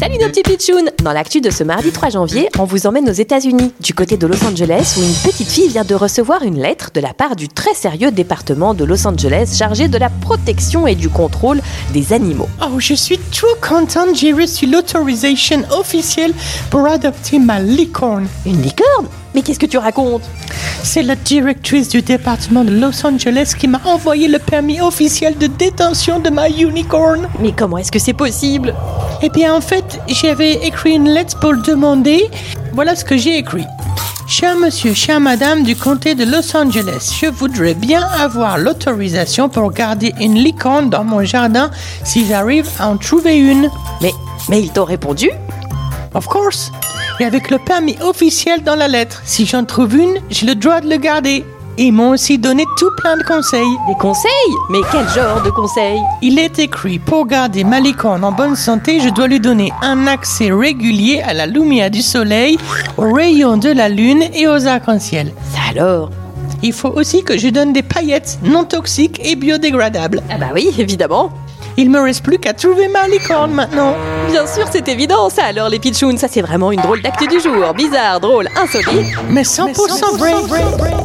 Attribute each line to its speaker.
Speaker 1: Salut nos petits pitchouns Dans l'actu de ce mardi 3 janvier, on vous emmène aux États-Unis, du côté de Los Angeles, où une petite fille vient de recevoir une lettre de la part du très sérieux département de Los Angeles chargé de la protection et du contrôle des animaux.
Speaker 2: Oh, je suis trop contente, j'ai reçu l'autorisation officielle pour adopter ma licorne.
Speaker 1: Une licorne Mais qu'est-ce que tu racontes
Speaker 2: C'est la directrice du département de Los Angeles qui m'a envoyé le permis officiel de détention de ma unicorn.
Speaker 1: Mais comment est-ce que c'est possible
Speaker 2: Eh bien, en fait, j'avais écrit une lettre pour le demander. Voilà ce que j'ai écrit. Cher monsieur, chère madame du comté de Los Angeles, je voudrais bien avoir l'autorisation pour garder une licorne dans mon jardin si j'arrive à en trouver une.
Speaker 1: Mais, mais ils t'ont répondu
Speaker 2: Of course. Et avec le permis officiel dans la lettre. Si j'en trouve une, j'ai le droit de le garder. Et ils m'ont aussi donné tout plein de conseils.
Speaker 1: Des conseils Mais quel genre de conseils
Speaker 2: Il est écrit pour garder ma licorne en bonne santé, je dois lui donner un accès régulier à la lumière du soleil, aux rayons de la lune et aux arcs-en-ciel.
Speaker 1: Ça alors
Speaker 2: Il faut aussi que je donne des paillettes non toxiques et biodégradables.
Speaker 1: Ah bah oui, évidemment
Speaker 2: Il me reste plus qu'à trouver ma licorne maintenant.
Speaker 1: Bien sûr, c'est évident, ça alors les pitchouns, ça c'est vraiment une drôle d'actu du jour, bizarre, drôle, insolite
Speaker 2: Mais 100%, vrai.